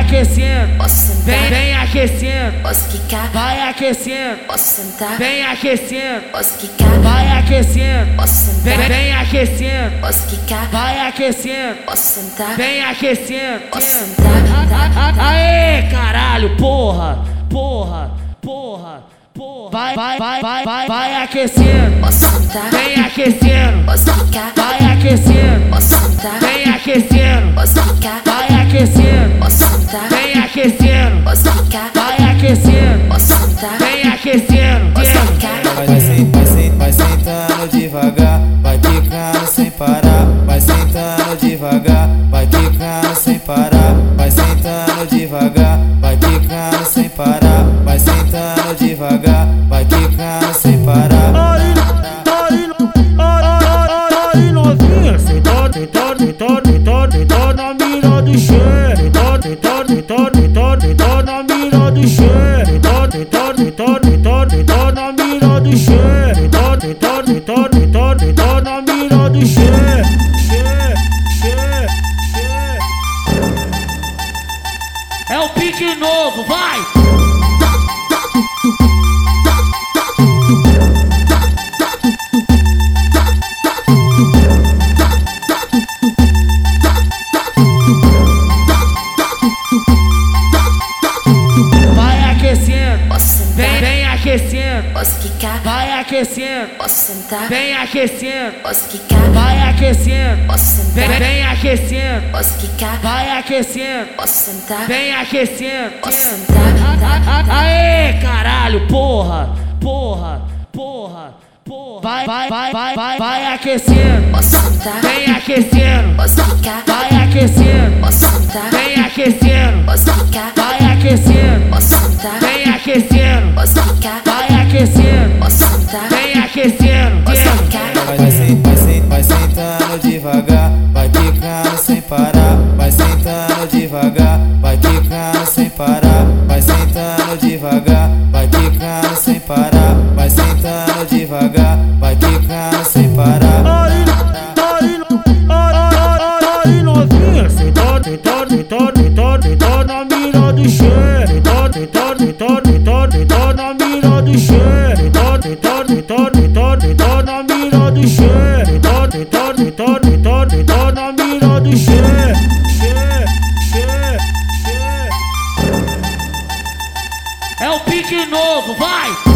aquecendo, Posso vem, sentar? vem aquecendo, Posso quicar? vai aquecendo, Posso sentar? vem aquecendo, Posso quicar? vai aquecendo, Posso vem, sentar? vem aquecendo, Posso quicar? vai aquecendo, Posso sentar? vem aquecendo. Posso sentar? A- Aê, caralho, porra, porra, porra, porra. Vai, vai, vai, vai, vai, vai aquecendo, Posso sentar? vem aquecendo, Posso quicar? vai aquecendo, Posso sentar? vem aquecendo, Posso quicar? vai aquecendo, Posso sentar? vem aquecendo, Posso quicar? vai aquecendo. Posso sentar? Vem aquecendo, Posso yeah. quicar? Vai, vai, sen- vai, sen- vai sentando devagar, vai quicando sem parar. Vai sentando devagar, vai quicando sem parar. Vai sentando devagar, vai quicando sem parar. Vai sentando devagar, vai quicando sem parar. Ai, novinha, sentado, sentado, sentado, sentado, sentado na mira do che. Sentado, sentado, sentado, sentado, sentado na mira do che. Sentado, sentado, sentado, sentado, sentado na mira do che. Sentado, sentado, sentado, sentado, sentado na mira do che. Che, che, che. É o pique novo, vai! Vai aquecendo, Posso vem, sentar? vem aquecendo, Posso quicar? vai aquecendo, Posso sentar? vem aquecendo, Posso quicar? vai aquecendo, Posso vem, sentar? vem aquecendo, Posso quicar? vai aquecendo, Posso sentar? vem aquecendo. Posso sentar? A- Aê, caralho, porra, porra, porra, porra. Vai, vai, vai, vai, vai, vai aquecendo, Posso sentar? vem aquecendo, Posso quicar? vai aquecendo, Posso sentar? vem aquecendo, Posso quicar? vai aquecendo, Posso sentar? vem aquecendo, Posso quicar? vai aquecendo, Posso sentar? vem aquecendo. Posso yeah. quicar? Vai, vai, sen- vai, sen- vai sentando devagar, vai quicando sem parar. Vai sentando devagar, vai quicando sem parar. Vai sentando devagar, vai quicando sem parar. Vai sentando devagar, vai quicando sem parar. Ai, ai, ai, ai, novinha, sentado, sentado, sentado, sentado, sentado na mira do che. Sentado, sentado, sentado, sentado, sentado na mira do che. Sentado, sentado, sentado, sentado, sentado na mira do che. Sentado, sentado, sentado, sentado, sentado na mira do che. Che, che, che. É o pique novo, vai!